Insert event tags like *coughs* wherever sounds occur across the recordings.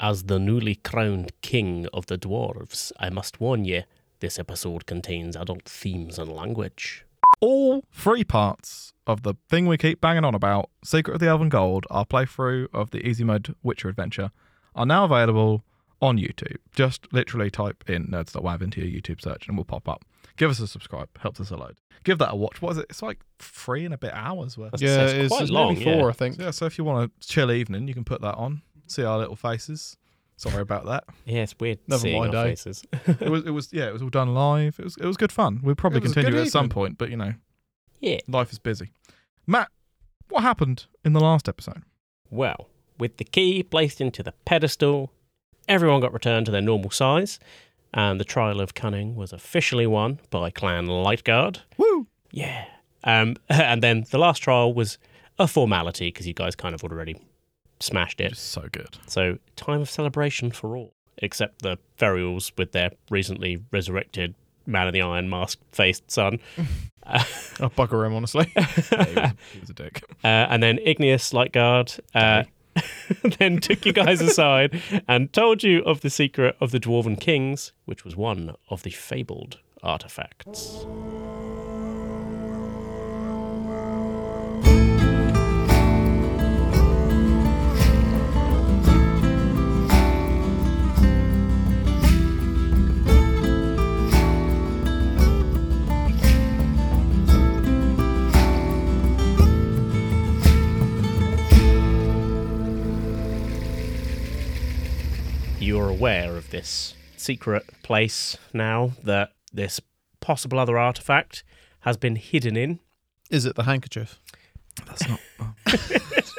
As the newly crowned king of the dwarves, I must warn ye, this episode contains adult themes and language. all three parts of the thing we keep banging on about, Secret of the Elven Gold, our playthrough of the easy mode Witcher adventure, are now available on YouTube. Just literally type in nerds.wav into your YouTube search and we'll pop up. Give us a subscribe, helps us a load. Give that a watch. What is it? It's like three and a bit hours worth. Yeah, Yeah, it's it's, quite it's long, nearly four, yeah. I think. Yeah, so if you want a chill evening, you can put that on. See our little faces. Sorry about *laughs* that. Yeah, it's weird Never seeing mind, our eh? faces. *laughs* It was, it was, yeah, it was all done live. It was, it was good fun. We'll probably It was a continue good it at some evening. point, but you know, yeah. life is busy. Matt, what happened in the last episode? Well, with the key placed into the pedestal, everyone got returned to their normal size, and the trial of cunning was officially won by Clan Lightguard. Woo! Yeah. Um, *laughs* and then the last trial was a formality because you guys kind of already smashed it. It's so *laughs* good. So, time of celebration for all, except the Ferrules with their recently resurrected Man of the Iron Mask faced son. Oh, bugger *laughs* him, honestly. he, was, he was a dick. Uh, and then Igneous Lightguard uh, *laughs* then took you guys aside and told you of the secret of the Dwarven Kings, which was one of the fabled artifacts. You're aware of this secret place now that this possible other artifact has been hidden in. Is it the handkerchief? That's not. uh. *laughs*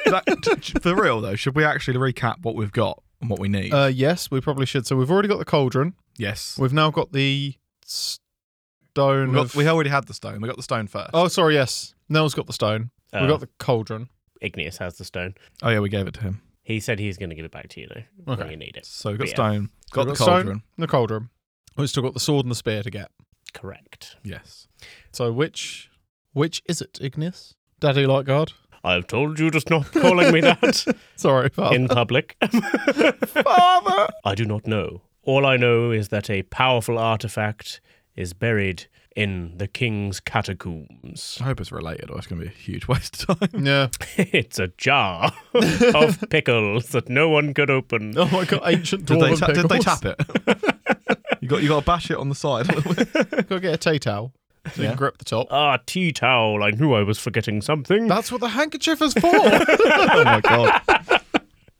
that, for real though, should we actually recap what we've got and what we need? Uh, yes, we probably should. So we've already got the cauldron. yes. We've now got the stone. We, got, of- we already had the stone. We got the stone first. oh, sorry. Yes, Nell's got the stone. Uh, We've got the cauldron. Igneous has the stone. Oh, yeah, we gave it to him. He said he's going to give it back to you though when Okay. you need it. So we got Yeah. stone, got We've the got stone. cauldron. The cauldron. We've still got the sword and the spear to get. Correct. Yes. So which which is it, Ignis? Daddy Lightguard. I've told you to stop calling me that Sorry, Father. in public. Father! I do not know. All I know is that a powerful artifact is buried in the king's catacombs. *laughs* *laughs* I hope it's related, or it's going to be a huge waste of *laughs* time. yeah. it's a jar of pickles that no one could open. Oh my god, *laughs* ancient Did they, dwarven ta- did they pickles. tap it? *laughs* you got you got to bash it on the *laughs* side. Go get a tea towel. So you Yeah. can grip the top. Ah, tea towel. I knew I was forgetting something. That's what the handkerchief is for. *laughs* oh my god.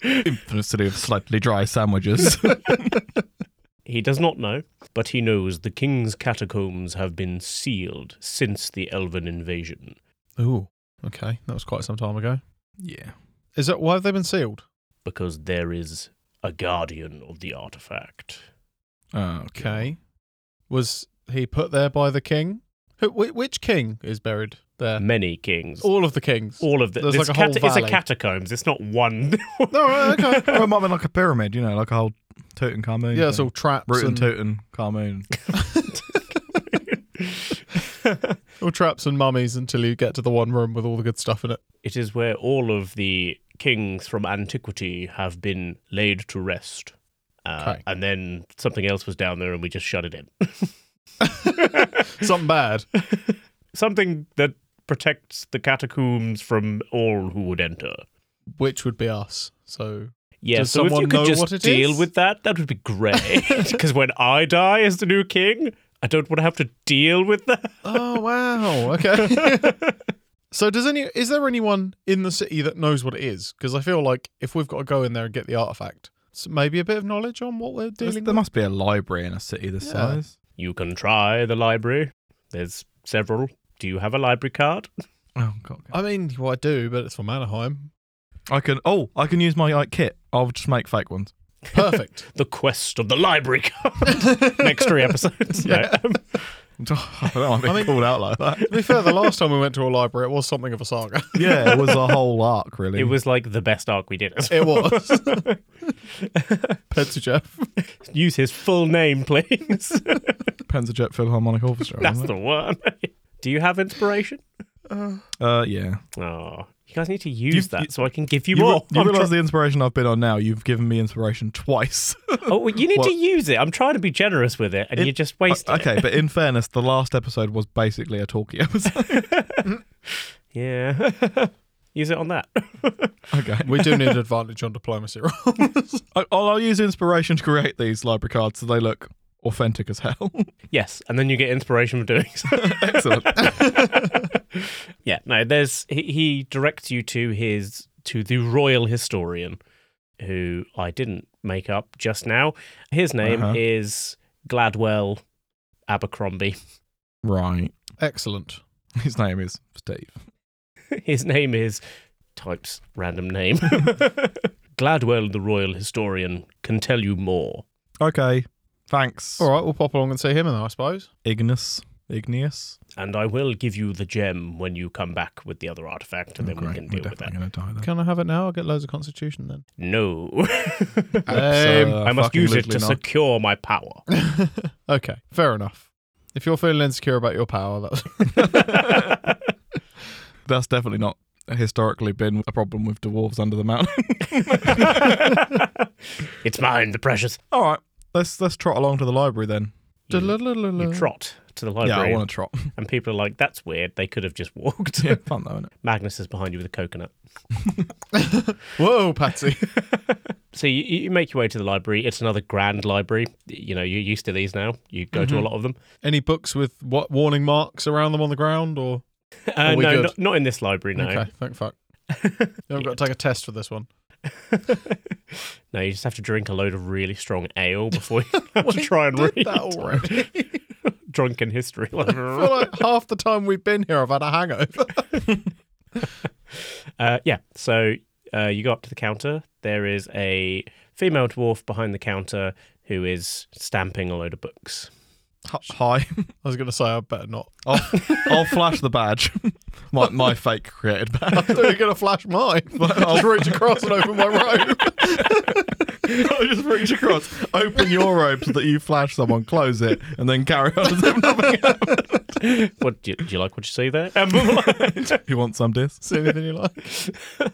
Infinity of slightly dry *laughs* sandwiches. He does not know, but he knows the king's catacombs have been sealed since the elven invasion. Ooh. Okay, that was quite some time ago. yeah. Is that why have they been sealed? because there is a guardian of the artifact. Oh, Okay. Was he put there by the king? Who, whi- which king is buried there? Many kings. All, All of the kings. of the, There's this like a whole cata- It's a valley. catacombs. It's not one. *laughs* No, right, *laughs* okay. Or it might be like a pyramid, you know, like a whole Tutankhamun. yeah, it's thing. all traps Root and and, Tutankhamun. all traps and mummies until you get to the one room with all the good stuff in it. it is where all of the kings from antiquity have been laid to rest. Uh, Okay. And then something else was down there, and we just shut it *laughs* in. Something *laughs* bad. Something that protects the catacombs from all who would enter. Which would be us. So Yeah, Does so if you someone know could what just it deal is? with that, that would be *laughs* great. Because when I die as the new king, I don't want to have to deal with that. Oh wow. *laughs* Okay. *laughs* so does any is there anyone in the city that knows what it is? Because I feel like if we've got to go in there and get the artifact, so maybe a bit of knowledge on what we're There's- dealing There with. must be a library in a city this Yeah. size. You can try the library. There's several. Do you have a library card? Oh god. I mean, well, I do, but it's for Mannerheim. I can oh, I can use my like kit. I'll just make fake ones. *laughs* Perfect. The quest of the library card. *laughs* Next three *laughs* episodes. No. I don't want to be I mean- called out like *laughs* that. to be fair, the last time we went to a library, it was something of a saga. *laughs* Yeah, it was a whole arc really. *laughs* It was like the best arc we did. *laughs* It was. Jeff. Use his full name, please. *laughs* Panzerjet Philharmonic Orchestra. That's wasn't the one. Do you have inspiration? it? Uh yeah. Oh, you guys need to use You've- that you- so I can give you, You, more. I'm realize try- the inspiration I've been on now. You've given me inspiration twice. *laughs* oh, well, you need to Well- use it. I'm trying to be generous with it, and It- you're just wasting it. okay, but in fairness, the last episode was basically a talkie episode. *laughs* Yeah. *laughs* use it on that. *laughs* okay. We do need an advantage on diplomacy rolls. I, I'll, I'll use inspiration to create these library cards so they look authentic as hell. *laughs* yes, and then you get inspiration for doing so. Excellent. Yeah, no, there's he, he directs you to his to the royal historian, who I didn't make up just now. His name Uh-huh. is Gladwell Abercrombie. *laughs* Right. Excellent. His name is Steve. His name is types random name. *laughs* Gladwell, the royal historian, can tell you more. Okay. Thanks. All right, we'll pop along and see him, then I suppose. Ignis. Igneous. And I will give you the gem when you come back with the other artifact, and then we can deal with that. going to die Can I have it now? I'll get loads of constitution then. *laughs* No. Um, I must use it to secure my power. *laughs* okay, fair enough. If you're feeling insecure about your power, that's That's definitely not historically been a problem with dwarves under the mountain. *laughs* it's mine, the precious. All right. Let's let's trot along to the library then. *laughs* *laughs* *laughs* You, you trot to the yeah, library, I want to trot. *laughs* and people are like, "That's weird." They could have just *laughs* walked. yeah, fun though, isn't it? Magnus is behind you with a coconut. Whoa, Patsy. *laughs* So you, you make your way to the library. It's another grand library. You know, you're used to these now. You go Mm-hmm. to a lot of *laughs* them. Any books with what warning marks around them on the ground or Uh, we no, good? not, not in this library. No, Okay, thank *laughs* fuck. I've got to take a test for this one. no. You just have to drink a load of really strong *laughs* ale before you have to try and read Did *laughs* that already. *laughs* drunken *laughs* history. I feel like half the time we've been here, I've had a hangover. Uh, yeah. So uh, you go up to the counter. There is a female dwarf behind the counter who is stamping a load of books. H- Hi. *laughs* I was going to say I better not. I'll, I'll flash the badge. *laughs* My, my fake created *laughs* badge. I thought you were going to flash *laughs* mine. I'll reach across and open my *laughs* robe. I'll just reach across, open your robe so that you flash someone, close it, and then carry on *laughs* as if nothing happened. What do you, do you like? What you see there? Um, You want some discs? See anything you like.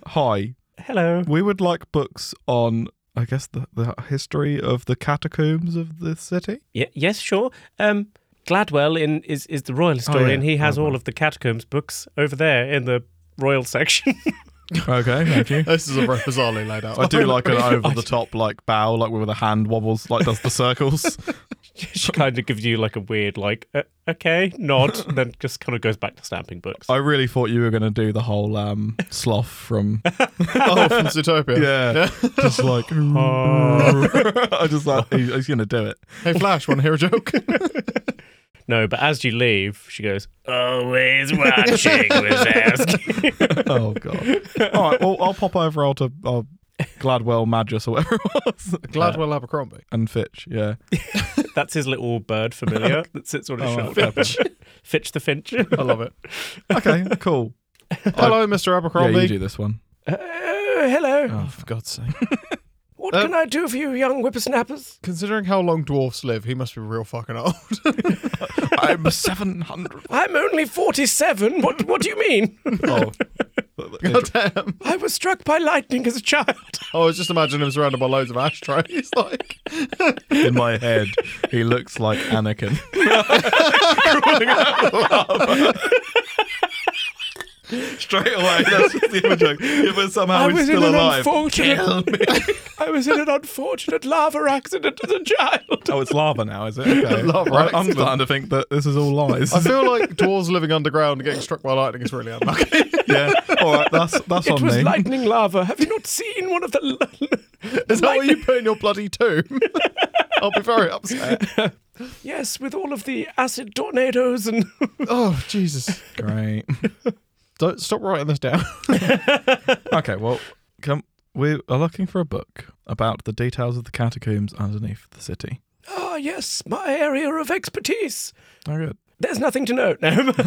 Hi. Hello. We would like books on, I guess, the, the history of the catacombs of the city. Yeah, yes, sure. Um, Gladwell in, is is the royal historian. He has all of the catacombs books over there in the royal section. Okay, thank you. This is a reposale laid *laughs* out. I do like an over the top like bow, like where the hand wobbles, like does the *laughs* circles. *laughs* she kind of gives you like a weird like uh, okay *laughs* nod, and then just kind of goes back to stamping books. I really thought you were going to do the whole um, sloth from Oh, from Zootopia. *laughs* yeah, *laughs* Oh. just like *laughs* I just like he- he's going to do it. Hey, Flash, want to hear a *laughs* joke? No, but as you leave, she goes, "Always watching *laughs* Wazowski." Oh god! All right, well I'll pop over. I'll to I'll Gladwell, Magus, or whatever it was, Gladwell Abercrombie. and Fitch. *laughs* Yeah, That's his little bird familiar that sits on his Oh, shoulder. *laughs* Fitch. the Finch. I love it. okay, cool. Hello, Mr. Abercrombie. Yeah, you do this one. Uh, hello. Oh, for God's sake. What Uh, can I do for you, young whippersnappers? Considering how long dwarfs live, he must be real fucking old. I'm seven hundred. I'm only 47. What, what do you mean? *laughs* Oh, God *laughs* damn. I was struck by lightning as a child. *laughs* I was just imagining him surrounded by loads of ashtrays. *laughs* Like, in my head, he looks like Anakin. *laughs* Crawling out of lava. Straight away, that's just the image. I- Yeah, but somehow I he's was in still an alive. unfortunate- Kill me. I was in an unfortunate lava accident as a child. *laughs* Oh, it's lava now, *laughs* is it? Okay. Lava I- I'm accident. starting to think that this is all lies. I feel like *laughs* dwarves living underground and getting struck by lightning is really unlucky. *laughs* *laughs* yeah. All right, that's that's It on was me. lightning lava. Have you not seen one of the. Is that what you put in your bloody tomb? *laughs* I'll be very upset. yes, with all of the acid tornadoes and. *laughs* Oh, Jesus. Great. Don't stop writing this down. Okay, well, come. We are looking for a book about the details of the catacombs underneath the city. Ah, yes, my area of expertise. Oh, *laughs* good. There's nothing to note. No. *laughs*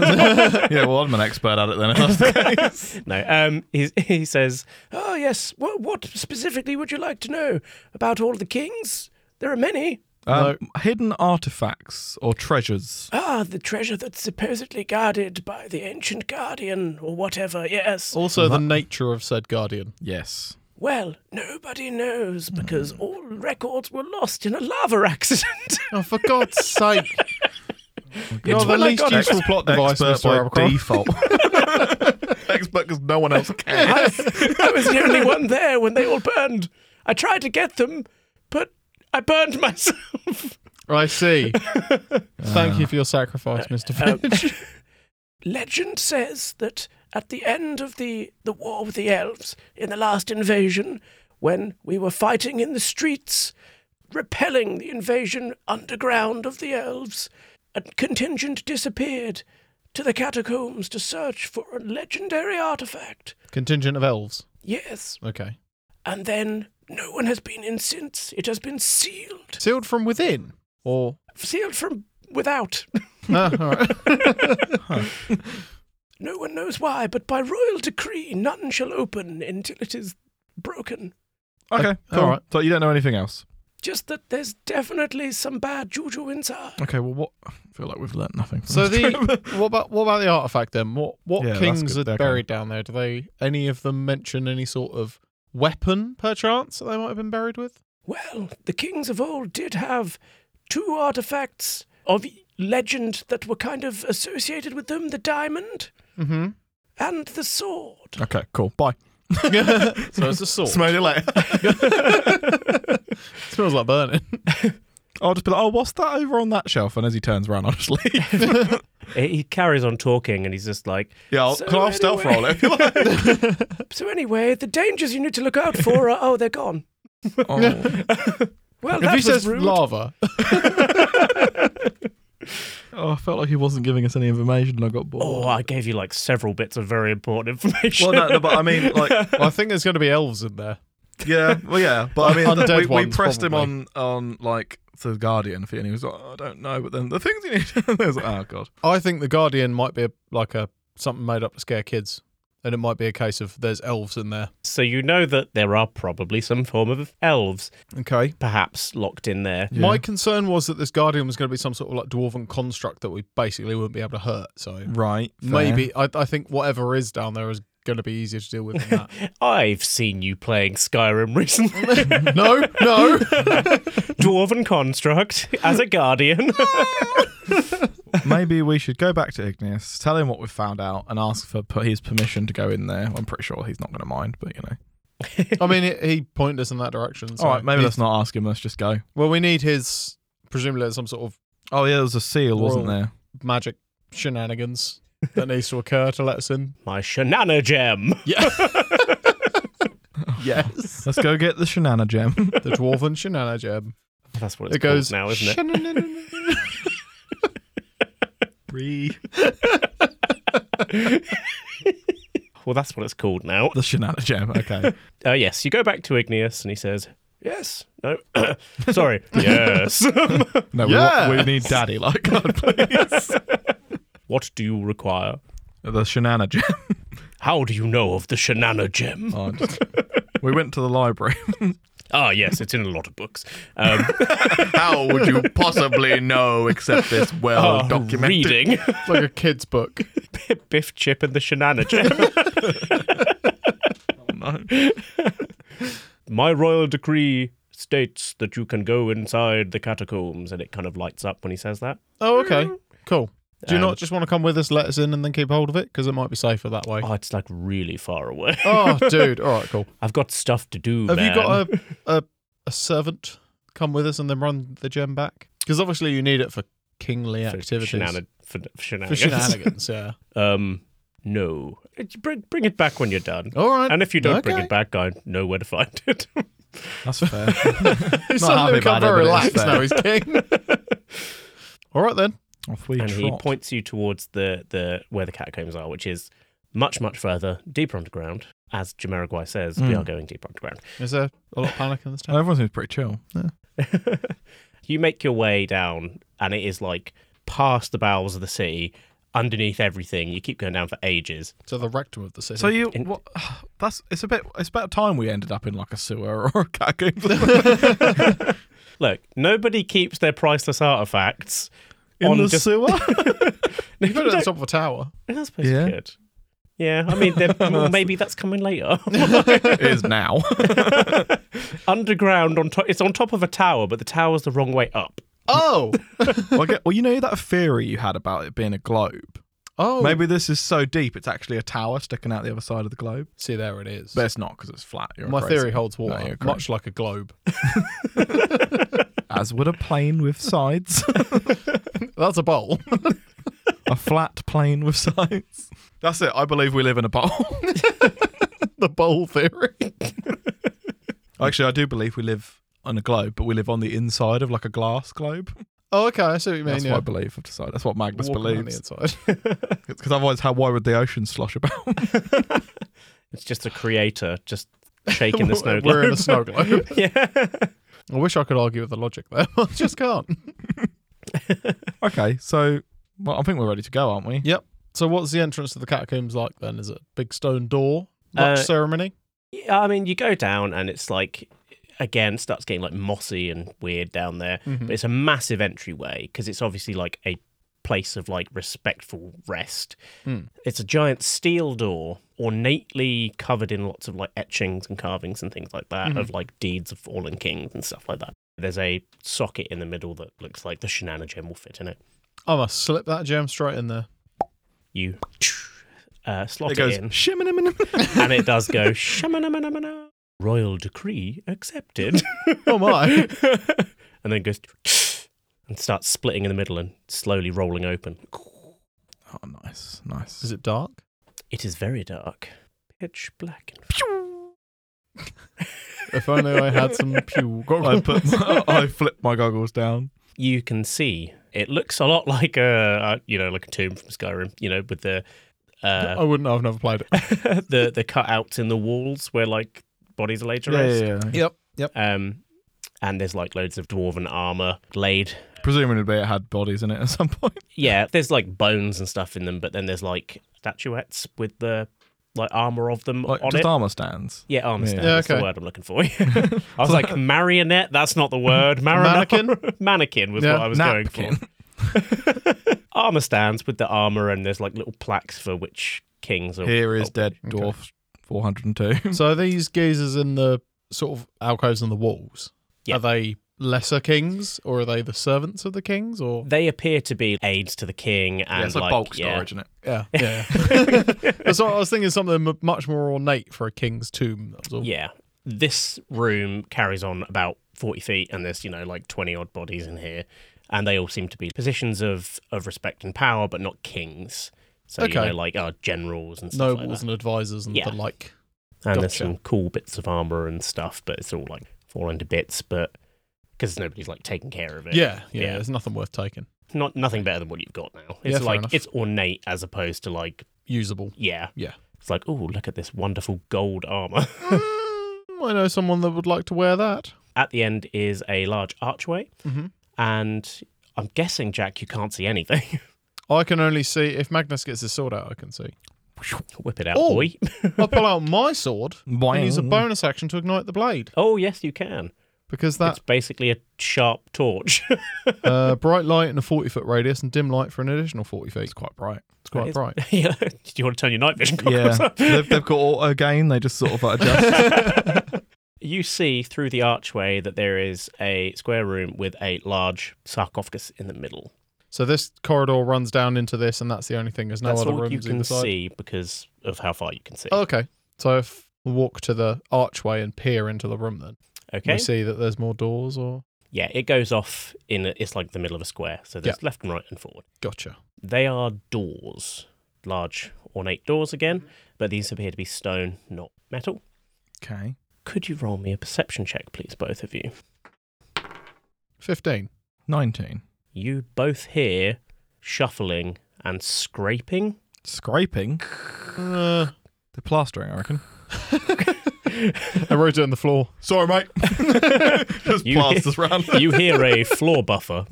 Yeah, well, I'm an expert at it then. If that's the case. No. Um. He he says, "Oh yes. What what specifically would you like to know about all the kings? There are many. Um, Hidden artifacts or treasures. Ah, the treasure that's supposedly guarded by the ancient guardian or whatever, yes. *laughs* Also, the nature of said guardian. Yes. Well, nobody knows because all records were lost in a lava accident. *laughs* Oh, for *laughs* God's sake! You're It's the when I least got- useful plot device, Expert Mr. by Abercrombie. default. *laughs* *laughs* Expert because no one else can. I was the only one there when they all burned. I tried to get them, but I burned *laughs* myself. *laughs* I see. Thank Uh. you for your sacrifice, Mr. Um, Finch. *laughs* legend says that at the end of the, the war with the elves, in the last invasion, when we were fighting in the streets, repelling the invasion underground of the elves, a contingent disappeared to the catacombs to search for a legendary artifact. Contingent of elves. Yes, Okay. and then no one has been in since. It has been sealed, Sealed from within, or sealed from without. Ah, all right. No one knows why, but by royal decree, none shall open until it is broken. *laughs* Okay, all cool. right. So you don't know anything else. Just that there's definitely some bad juju inside. Okay, well, what? I feel like we've learnt nothing. From *laughs* So this the trip. what about what about the artifact then? What what Yeah, that's kings good. are They're buried down there? Do they any of them mention any sort of weapon perchance that they might have been buried with? *laughs* Well, the kings of old did have two artifacts of legend that were kind of associated with them the diamond Mm-hmm. and the sword. Okay, cool. Bye. so it's a sword. Smell you later. smells like burning. *laughs* I'll just be like, oh, what's that over on that shelf? And as he turns around, *laughs* I'll just leave. He carries on talking and he's just like, yeah, I'll, So can I stealth anyway- roll it if *laughs* you like. So, anyway, the dangers you need to look out for are oh, they're gone. oh. Well, if that he was says rude. lava, *laughs* Oh, I felt like he wasn't giving us any information and I got bored. Oh, I gave you like several bits of very important *laughs* information. well, no, no, but I mean, *laughs* like, I think there's going to be elves in there. yeah, well, yeah, but I mean, Undead we, we ones, pressed probably. him on, on like, the Guardian for, and he was like, oh, I don't know, but then the things you *laughs* need. I was like, oh, God. I think the guardian might be a, like a something made up to scare kids, and it might be a case of there's elves in there. So you know that there are probably some form of elves, Okay. perhaps locked in there. My concern was that this guardian was going to be some sort of like dwarven construct that we basically wouldn't be able to hurt. So Right. fair. Maybe I, I think whatever is down there is going to be easier to deal with than *laughs* I've seen you playing Skyrim recently. *laughs* that. no, no. Dwarven construct as a *laughs* guardian. Maybe we should go back to Ignis, tell him what we've found out, and ask for per- his permission to go in there. I'm pretty sure he's not going to mind, but you know. I mean, it, he pointed us in that direction. So All right, maybe he- let's not ask him. Let's just go. Well, we need his presumably there's some sort of Oh yeah, there was a seal, wasn't Royal. there? magic shenanigans that needs to occur to let us in. My shenana gem. Yeah. *laughs* yes. Let's go get the Shanana gem. *laughs* The dwarven shenanigans. That's what it's It goes called now, isn't it? it? Well, that's what it's called now. the Shanana gem. Okay. Uh, yes, you go back to Igneous and he says, Yes, no, *coughs* *laughs* sorry, yes. No, we want- we, Yes. need Daddy. Like *laughs* God, please. what do you require? the Shanana gem. How do you know of the shenana gem? Oh, just- we went to the library. Ah, yes, it's in a lot of books. Um, *laughs* *laughs* How would you possibly know except this well oh, *laughs* reading. It's like a kid's book. Biff, Chip, and the Shenana *laughs* Gem. *laughs* My royal decree states that you can go inside the catacombs, and it kind of lights up when he says that. Oh, okay. Cool. Do you Um, not just want to come with us, let us in, and then keep hold of it? Because it might be safer that way. Oh, it's like really far *laughs* away. Oh, dude. All right, cool. I've got stuff to do. Have man. you got uh, a, a a servant come with us and then run the gem back? Because obviously you need it for kingly for activities. shenana- for, for for shenanigans? shenanigans, yeah. um, no. It- Bring, bring it back when you're done. All right. And if you don't bring Oh, *laughs* Okay. it back, I know where to find it. That's *laughs* fair. Not He's suddenly happy about become it, very but relaxed it's fair. now. He's king. *laughs* All right then. Off we and he trot. points you towards the, the where the catacombs are, which is much much further, deeper underground. As Jamiroquai says, we Mm. are going deeper underground. Is there a lot of panic in this town? Everyone seems pretty chill. you make your way down, and it is like past the bowels of the city, underneath everything. You keep going down for ages. So the rectum of the city. So you, In- what, *sighs* *laughs* that's it's a bit. It's about time we ended up in like a sewer or a cat Look, nobody keeps their priceless artifacts on just- sewer? No, You put you it on *laughs* don't- top of a tower. I suppose you Yeah. could. Yeah, I mean, *laughs* they're- well, maybe that's coming later. *laughs* it is now. Underground on top. It's on top of a tower, but the tower's the wrong way up. Oh, *laughs* well, I get- well, you know that theory you had about it being a globe? *laughs* oh. Maybe this is so deep it's actually a tower sticking out the other side of the globe. see there it is. But it's not because it's flat. You're My crazy. theory holds No, water, you're crazy. much like a globe. *laughs* *laughs* As would a plane with sides. *laughs* That's a bowl. a flat plane with sides. That's it. I believe we live in a bowl. *laughs* the bowl theory. *laughs* Actually, I do believe we live on a globe, but we live on the inside of like a glass globe. Oh, okay. I see what you mean. That's yeah. what I believe. I've decided. That's what Magnus Walking on believes. the *laughs* inside. Because otherwise, how why would the ocean slosh about? *laughs* It's just a creator just shaking the snow globe. *laughs* We're in a snow globe. *laughs* yeah. I wish I could argue with the logic there. *laughs* I just can't. okay, so well, I think we're ready to go, aren't we? Yep. So what's the entrance to the catacombs like then? Is it a big stone door? Much Uh, ceremony? yeah. I mean, you go down and it's like, again, starts getting like mossy and weird down there. But it's a massive entryway because it's obviously like a place of like respectful rest. Mm. It's a giant steel door, ornately covered in lots of like etchings and carvings and things like that of like deeds of fallen kings and stuff like that. There's a socket in the middle that looks like the Shanana gem will fit in it. I must slip that gem straight in there. You uh, slot It it, goes in, shimmin and it does go shamanamana. Royal decree accepted. *laughs* Oh my. and then goes and starts splitting in the middle and slowly rolling open. *laughs* Oh, nice, nice. *laughs* is it dark? It is very dark, pitch black. If only I had *laughs* some pew. I put my, *laughs* I flip my goggles down. You can see it looks a lot like a, a you know like a tomb from Skyrim, you know, with the I uh, wouldn't know. I've never played *laughs* it. the the cutouts in the walls where like bodies are laid to rest. Yep. Yep. Um, and there's like loads of dwarven armor laid Presumably, it had bodies in it at some *laughs* point. Yeah, there's like bones and stuff in them, but then there's like statuettes with the like armor of them Like on just it. armor stands. yeah, armor Yeah. stand. Yeah, That's the okay. word I'm looking for. *laughs* I *laughs* was like marionette. That's not the word. Marionette. Mannequin? *laughs* Mannequin was Yeah. what I was going Napkin. *laughs* for. armor stands with the armor, and there's like little plaques for which kings are. Here is oh, dead okay. dwarf 402. So are these geezers in the sort of alcoves and the walls? Yeah. Are they lesser kings or are they the servants of the kings or They appear to be aids to the king, *laughs* and yeah, it's like, bulk yeah. storage, isn't *laughs* it? yeah yeah *laughs* so I was thinking something m- much more ornate for a king's tomb that was all. Yeah. This room carries on about 40 feet, and there's, you know, like 20 odd bodies in here. And they all seem to be positions of, of respect and power, but not kings. So, Okay. you know, like uh, generals and stuff nobles like and advisors and Yeah. the like that. And there's gotcha. some cool bits of armor and stuff, but it's all like falling to bits, but because nobody's like taking care of it. yeah yeah, Yeah. there's nothing worth taking Not nothing better than what you've got now. Yeah, It's fair like, enough. it's ornate as opposed to like, usable yeah. Yeah. It's like, oh, look at this wonderful gold armor. Mm, I know someone that would like to wear that At the end is a large archway. Mm-hmm. and I'm guessing, Jack, you can't see anything. *laughs* I can only see if Magnus gets his sword out I can see Whip it out, Oh. boy. *laughs* I pull out my sword Boing. and use a bonus action to ignite the blade oh, yes, you can. because It's that basically a sharp torch. uh, bright light in a 40 foot radius and dim light for an additional 40 feet It's quite bright. it's *laughs* quite It's- *laughs* bright yeah. Do you want to turn your night vision goggles Yeah, up? they've, they've got auto gain. They just sort of like adjust. *laughs* *laughs* You see through the archway that there is a square room with a large sarcophagus in the middle. So this corridor runs down into this, and that's the only thing. There's no That's other all rooms you can either side. see because of how far you can see. Oh, okay, so if we walk to the archway and peer into the room, then can okay. we see that there's more doors. Or Yeah, it goes off in, a, it's like the middle of a square. So there's left and right and forward. gotcha. They are doors, large, ornate doors again, but these appear to be stone, not metal. okay. Could you roll me a perception check, please, both of you? Fifteen. *laughs* 19. You both hear shuffling and scraping. Scraping. Uh, The plastering, I reckon. I wrote it on the floor. Sorry, mate. *laughs* just You- plasters around. *laughs* You hear a floor buffer.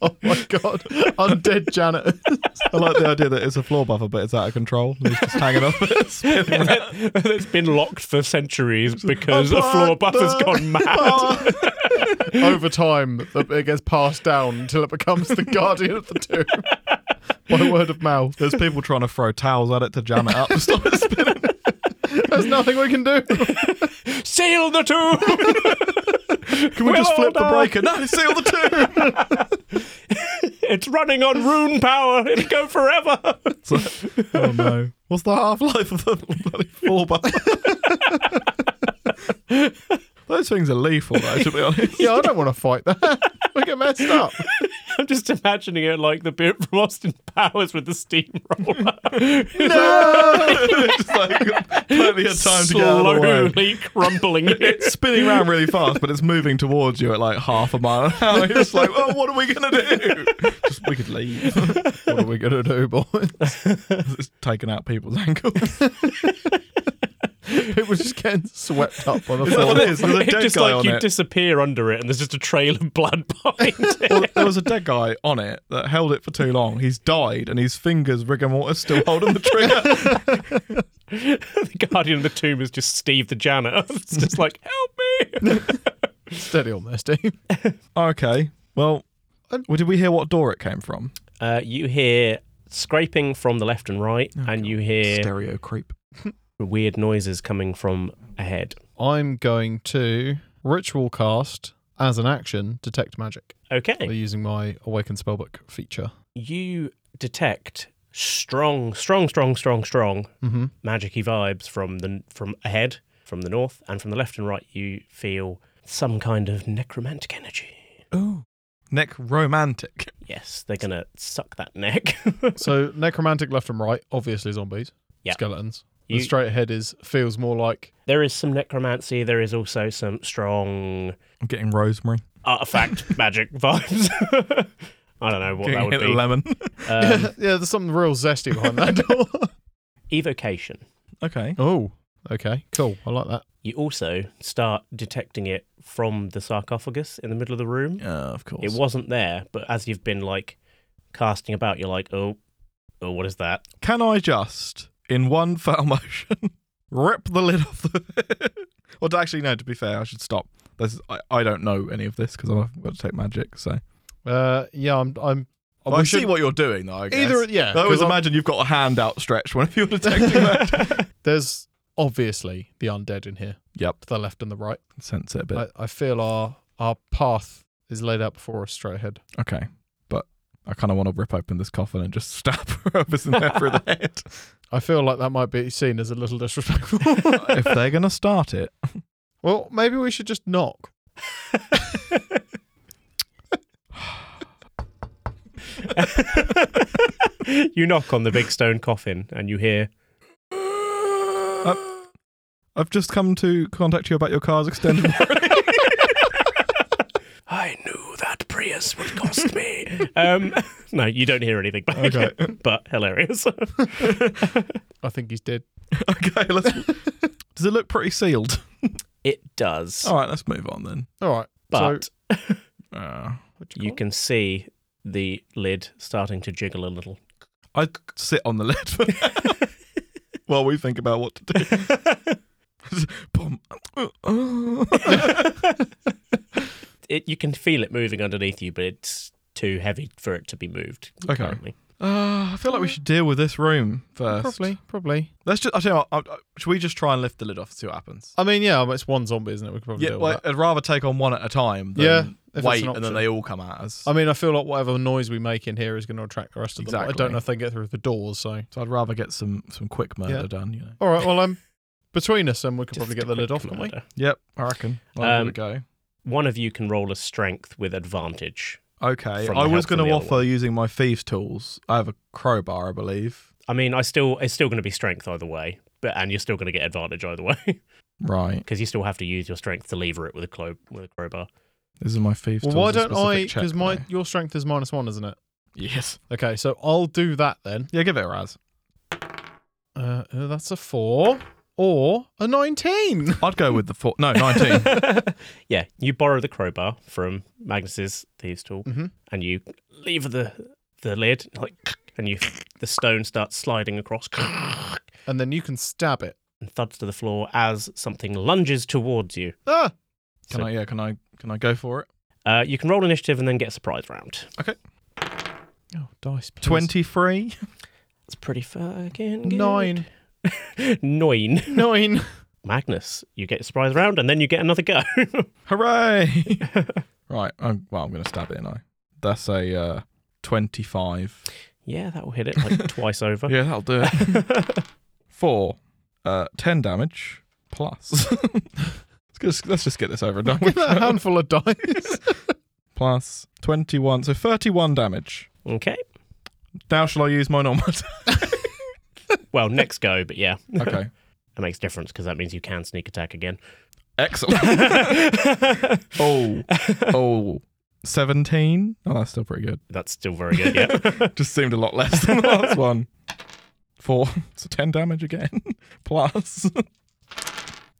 Oh my god, undead janitor. I like the idea that it's a floor buffer, but it's out of control. and He's just hanging *laughs* off it. spinning around. It's been locked for centuries because a floor buffer's gone mad. Over time, it gets passed down until it becomes the guardian of the tomb by word of mouth. There's people trying to throw towels at it to jam it up. and stop it spinning. There's nothing we can do. Seal the *laughs* tomb. Can we Well, just flip the no. breaker? No, seal the tomb. It's running on rune power. It'll go forever. *laughs* oh no. What's the half life of the bloody floor buffer? *laughs* Those things are lethal, though, to be honest. Yeah, I don't want to fight that. We get messed up. I'm just imagining it like the bit from Austin Powers with the steamroller. *laughs* *laughs* Just like plenty of time to get out of the slowly *laughs* way. crumbling it. It's spinning around really fast, but it's moving towards you at like half a mile an hour. It's just like, oh, what are we gonna do? Just we could leave. What are we going to do, boys? It's taking out people's ankles. Is People just getting swept up by the that floor. what it is? There's a dead just guy like on you it. disappear under it and there's just a trail of blood *laughs* behind it. Well, there was a dead guy on it that held it for too long. He's died, and his fingers, rigor mortis, still holding the trigger. the guardian of the tomb is just Steve the janitor. *laughs* It's just like, help *laughs* me. Steady on there, Steve. okay, well, well, did we hear what door it came from? Uh, you hear scraping from the left and right, Oh, and you hear Stereo creep. weird noises coming from ahead. I'm going to ritual cast as an action detect magic by Okay. using my awaken spellbook feature. You detect strong, strong, strong, strong, strong Mm-hmm. magic y vibes from the from ahead, from the north, and from the left and right you feel some kind of necromantic energy. Ooh, neck romantic. Yes, they're gonna suck that neck. *laughs* So necromantic left and right, obviously zombies, Yeah. skeletons. You- the straight ahead is feels more like there is some necromancy, there is also some strong I'm getting rosemary. artifact magic vibes. *laughs* I don't know what that getting would hit with be. lemon. Um, *laughs* yeah. There's something real zesty behind that door. *laughs* evocation. okay. *laughs* oh, okay, cool. I like that. You also start detecting it from the sarcophagus in the middle of the room. of course. It wasn't there, but as you've been like casting about, you're like, oh, oh, what is that? *laughs* Can I just, in one *laughs* foul motion, rip the lid off the. *laughs* well, actually, no, to be fair, I should stop. This is, I, I don't know any of this because I've got to take magic, so. Uh, yeah, I'm. I'm. Well, I we see should- what you're doing, though. I guess. Either, yeah. I always 'cause I'm- imagine you've got a hand outstretched when you're *laughs* detecting that. There's obviously the undead in here, yep. to the left and the right. Sense it a bit. I, I feel our our path is laid out before us straight ahead. okay. But I kind of want to rip open this coffin and just *laughs* stab whoever's in there *laughs* through the head. I feel like that might be seen as a little disrespectful. *laughs* if they're going to start it, well, maybe we should just knock. You knock on the big stone coffin and you hear, *laughs* uh, I've just come to contact you about your car's extended *laughs* *laughs* I knew that Prius would cost me. um, *laughs* no, you don't hear anything back, Okay. *laughs* but hilarious. *laughs* I think he's dead. okay, let's. Does it look pretty sealed? it does, All right, let's move on then. All right. but *laughs* so, Uh, what do you can see the lid starting to jiggle a little. I sit on the lid for now *laughs* while we think about what *laughs* to do. *laughs* Boom. *laughs* It, you can feel it moving underneath you, but it's too heavy for it to be moved. Okay. currently. Uh, I feel like we should deal with this room first. Probably, probably. Let's just. I tell you what. I, I- should we just try and lift the lid off and see what happens? I mean, yeah, it's one zombie, isn't it? We could probably Uh, Yeah, deal with like, I'd rather take on one at a time. Than Yeah, if it's Wait, an and then option. they all come at us. that. I mean, I feel like whatever noise we make in here is going to attract the rest of them. but I Exactly. don't know if they get through the doors. So, so I'd rather get some some quick murder Yeah. done. You know. all right. *laughs* Well, um, between us, then we could probably Just get a the lid quick off, can't we? murder. Yep, I reckon. I'll Um, give it a go. One of you can roll a strength with advantage. Okay, from I the help from was going to the other offer using my thieves' tools. I have a crowbar, I believe. I mean, I still it's still going to be strength either way, but and you're still going to get advantage either way *laughs* Right, because you still have to use your strength to lever it with a clo- with a crowbar. this is my thieves' Well, tools. why a don't I? specific check, Because my though. your strength is minus one, isn't it? yes, Okay, so I'll do that then. yeah, give it a raz. Uh, uh, that's a four. or a 19. I'd go with the four. *laughs* No, 19. Yeah, you borrow the crowbar from Magnus's thieves' tool, Mhm. and you lever the the lid, like, and you the stone starts sliding across and *laughs* And then you can stab it. thuds to the floor as something lunges towards you. Ah! can I? Yeah. Can I? Can I go for it? Uh, you can roll initiative and then get a surprise round. Oh, dice. please. 23. That's pretty fucking good. Nine. Nine. *laughs* *laughs* Nine. Magnus, you get a surprise round and then you get another go. *laughs* *laughs* *laughs* Hooray! right. I'm, well, I'm going to stab it, and I. That's a uh, 25. yeah, that will hit it like twice over. Yeah, that'll do it. Four. Uh, 10 damage plus. *laughs* let's, just, let's just get this over and done *laughs* with. a handful *laughs* of dice. Plus 21. So 31 damage. *laughs* Okay. Now, shall I use my normal? attack? *laughs* Well, next go, but yeah, okay. that makes a difference because that means you can sneak attack again. *laughs* Excellent. *laughs* oh. Oh. 17. Oh, that's still pretty good. That's still very good. Yeah. *laughs* Just seemed a lot less than the last one. Four. So 10 damage again. *laughs* Plus.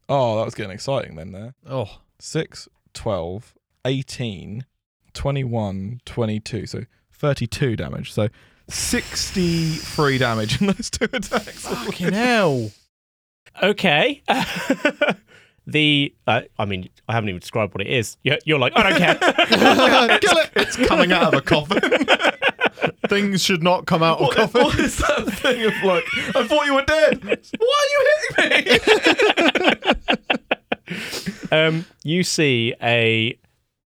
Oh, that was getting exciting then there. oh, 6, 12, 18, 21, 22. So 32 damage. So 63 damage in those two attacks. fucking hell. okay. *laughs* the uh, I mean, I haven't even described what it is. You're, you're like, I don't care. *laughs* Kill it. It's coming out of a *laughs* coffin. Things should not come out of *laughs* What, *laughs* coffins. what is that thing of like, I thought you were *laughs* dead. Why are you hitting me? um, you see a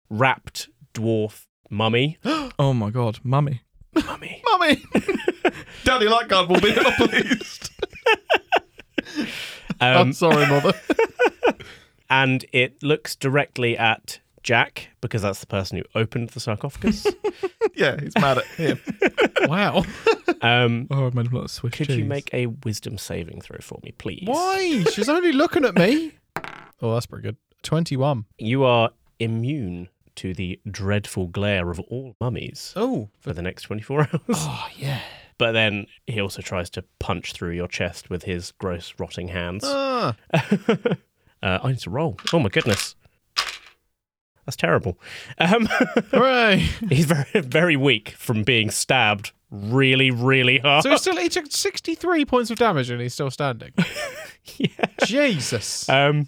wrapped dwarf *gasps* mummy. Oh my god, mummy. mummy. Mummy. Daddy Lightguard will *laughs* be not pleased. I'm Um, sorry, mother. and it looks directly at Jack because that's the person who opened the *laughs* sarcophagus. yeah, he's mad at him. wow. um, Oh, I've made him look Swiss could you cheese. make a wisdom saving throw for me, please? *laughs* Why? She's only looking at me. Oh, that's pretty good. 21. You are immune to the dreadful glare of all mummies Oh. for the next 24 *laughs* hours. Oh, yeah. But then he also tries to punch through your chest with his gross, rotting hands. Uh, Ah. *laughs* I need to roll. Oh my goodness. That's terrible. Um, *laughs* Hooray. he's very, very weak from being stabbed really, really hard. So he's still he took 63 points of damage and he's still standing. Yeah. Jesus. Um,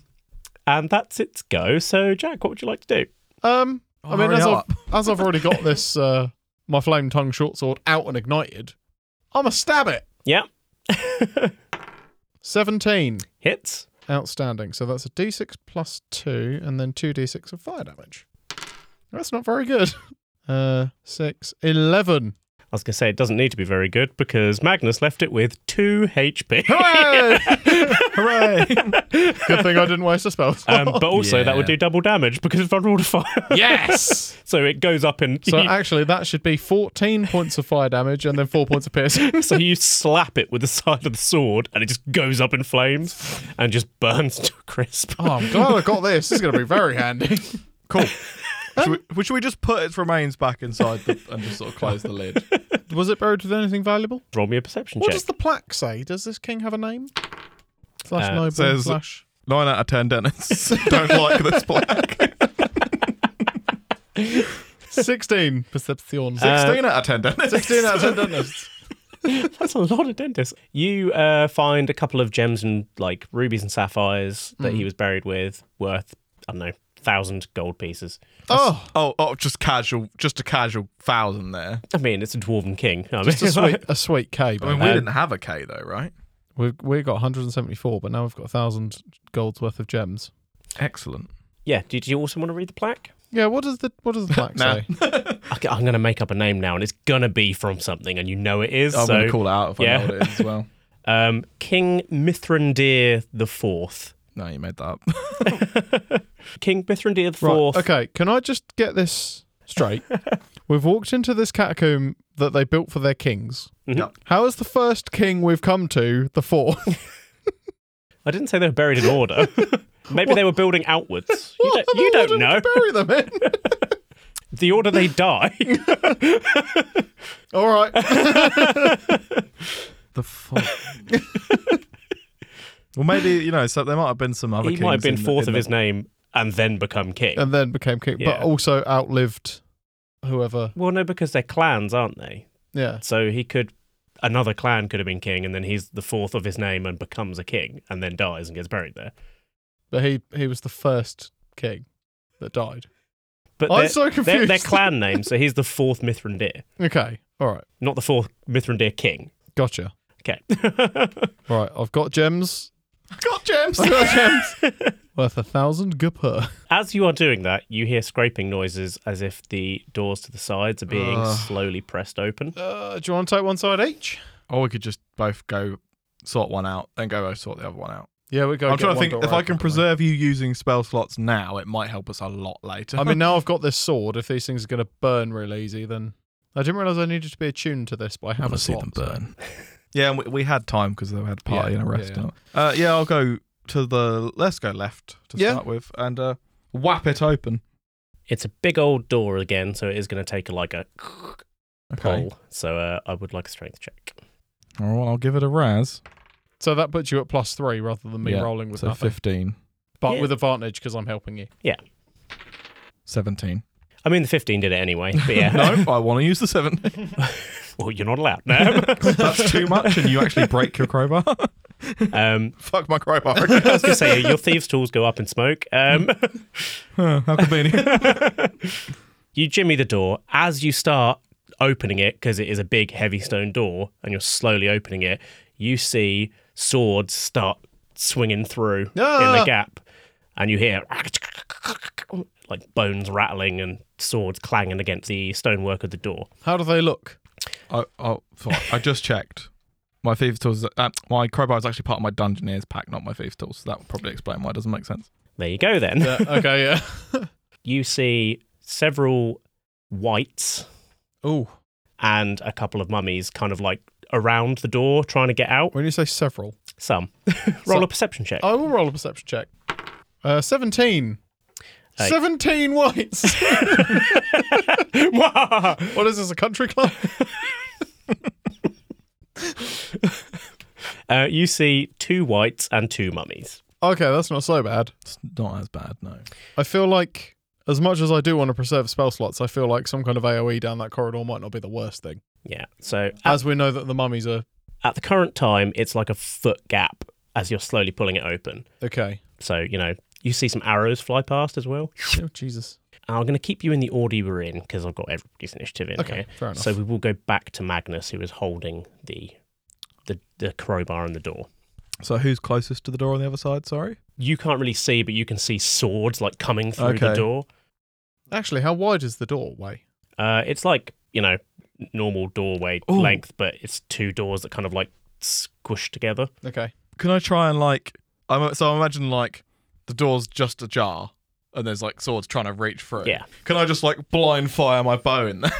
and that's its go. So, Jack, what would you like to do? Um, I mean, Hurry as I've, up. as I've already got this, uh, my flame tongue short sword out and ignited, I'm going to stab it. Yeah, 17. hits. Outstanding. So that's a d6 plus 2 and then 2d6 of fire damage. That's not very good. *laughs* Uh, 6, 11. I was going to say it doesn't need to be very good because Magnus left it with two *laughs* HP. Hooray! *laughs* Hooray! good thing I didn't waste a spell. Um, *laughs* but also that would Yeah. do double damage because it's vulnerable to fire. yes! so it goes up and So you, actually, that should be 14 points of fire damage and then 4 points of piercing. so you slap it with the side of the sword and it just goes up in flames and just burns *laughs* to a crisp. *laughs* Oh, I'm glad I got this. This is going to be very handy. Cool. Should we, well, should we just put its remains back inside the, and just sort of close the lid? *laughs* Was it buried with anything valuable? Roll me a perception What check. does the plaque say? Does this king have a name? Slash Uh, noble says- slash. *laughs* Nine out of ten dentists *laughs* don't like this plaque. 16 perception. *laughs* Sixteen out of ten dentists. 16 out of 10 dentists. That's a lot of dentists. You uh, find a couple of gems and like rubies and sapphires that Mm. he was buried with, worth I don't know, thousand gold pieces. *laughs* Oh, *laughs* Oh, oh, just casual, just a casual thousand there. I mean, it's a dwarven king. I mean, *laughs* just a *laughs* sweet, a sweet K. I mean, Uh, But we didn't have a K though, right? we've, we've got 174, but now we've got 1,000 gold's worth of gems. Excellent. yeah. Did you also want to read the plaque? Yeah, what does the what does the *laughs* plaque Nah. say? Okay, I'm gonna make up a name now, and it's gonna be from something, and you know it is. I'm so, gonna call it out if yeah. I know what it is *laughs* as well. um, King Mithrandir the Fourth. No, you made that *laughs* up. King Mithrandir the Right. Fourth. Okay, can I just get this straight? *laughs* we've walked into this catacomb that they built for their kings. Mhm. Yep. How is the first king we've come to *laughs* the fourth? I didn't say they were buried in *laughs* order. Maybe they were building outwards. You What don't, the *laughs* you hell don't did we know Bury them in. *laughs* the order they die. All right. The fuck. *laughs* Well, maybe you know. So there might have been some other. he might have been kings in the- fourth of in the- Um, his name and then become king. and then became king, but Yeah. also outlived whoever. well, no, because they're clans, aren't they? Yeah, So he could another clan could have been king, and then he's the fourth of his name and becomes a king, and then dies and gets buried there. but he he was the first king that died. But I'm they're, so they're- confused. they're clan names, so he's the fourth Mithrandir, Okay, all right, not the fourth Mithrandir king. gotcha. *laughs* Okay. All right, I've got gems. God, James. I've got gems worth a thousand gupur. As you are doing that, you hear scraping noises as if the doors to the sides are being Ugh. slowly pressed open. Uh, do you want to take one side each? or we could just both go sort one out, then go oh, sort the other one out. Yeah, we go. I'm get trying to one think door if I open, can don't we? preserve you using spell slots now, it might help us a lot later. I mean, now I've got this sword. If these things are going to burn real easy, then I didn't realize I needed to be attuned to this, but I I have a wanna slot. *laughs* yeah, and we, we had time because we had a party Yeah, and a rest. yeah, yeah. Yeah. Uh, yeah, I'll go to the let's go left to Yeah. start with and uh, whap it open. It's a big old door again, so it is going to take like a Okay. pull. So uh, I would like a strength check. All right, well, I'll give it a raz. So that puts you at plus three rather than me Yeah, rolling with so nothing, 15, but Yeah. with advantage because I'm helping you. *laughs* 17. I mean, the 15 did it anyway, but yeah. *laughs* no, I want to use the 7. *laughs* *laughs* Well, you're not allowed. No. *laughs* That's too much, and you actually break your crowbar. um, *laughs* Fuck my crowbar. I was going to say, your thieves' tools go up in smoke. Um, Huh, *laughs* *laughs* How convenient. you jimmy the door as you start opening it because it is a big heavy stone door and you're slowly opening it you see swords start swinging through in the Ah! gap and you hear like bones rattling and swords clanging against the stonework of the door How do they look? I, oh, sorry, I just checked. My thieves' tools. Uh, my crowbar is actually part of my dungeoneer's pack, not my thieves' tools. So that would probably explain why it doesn't make sense. there you go then Yeah, Uh, okay, yeah. *laughs* you see several whites Ooh, and a couple of mummies kind of like around the door trying to get out when you say several, some *laughs* roll *laughs* So- a perception check I will roll a perception check. Uh, 17. Hey. 17 whites. what is this, a country club? *laughs* Uh, you see two whites and two mummies. Okay, that's not so bad. It's not as bad, no. I feel like, as much as I do want to preserve spell slots, I feel like some kind of AoE down that corridor might not be the worst thing. Yeah. So at, As we know that the mummies are at the current time, it's like a foot gap as you're slowly pulling it open. okay. So, you know, you see some arrows fly past as well. Oh, Jesus. And I'm going to keep you in the order you were in because I've got everybody's initiative in Okay, here. fair enough. So we will go back to Magnus, who is holding the, the the crowbar and the door. So who's closest to the door on the other side? Sorry. You can't really see, but you can see swords like coming through the Okay. door. Actually, how wide is the doorway? Uh, it's like you know normal doorway Ooh. length, but it's two doors that kind of like squish together. Okay. Can I try and like? I'm so I imagine like the door's just ajar, and there's like swords trying to reach through. Yeah. Can I just like blind fire my bow in there?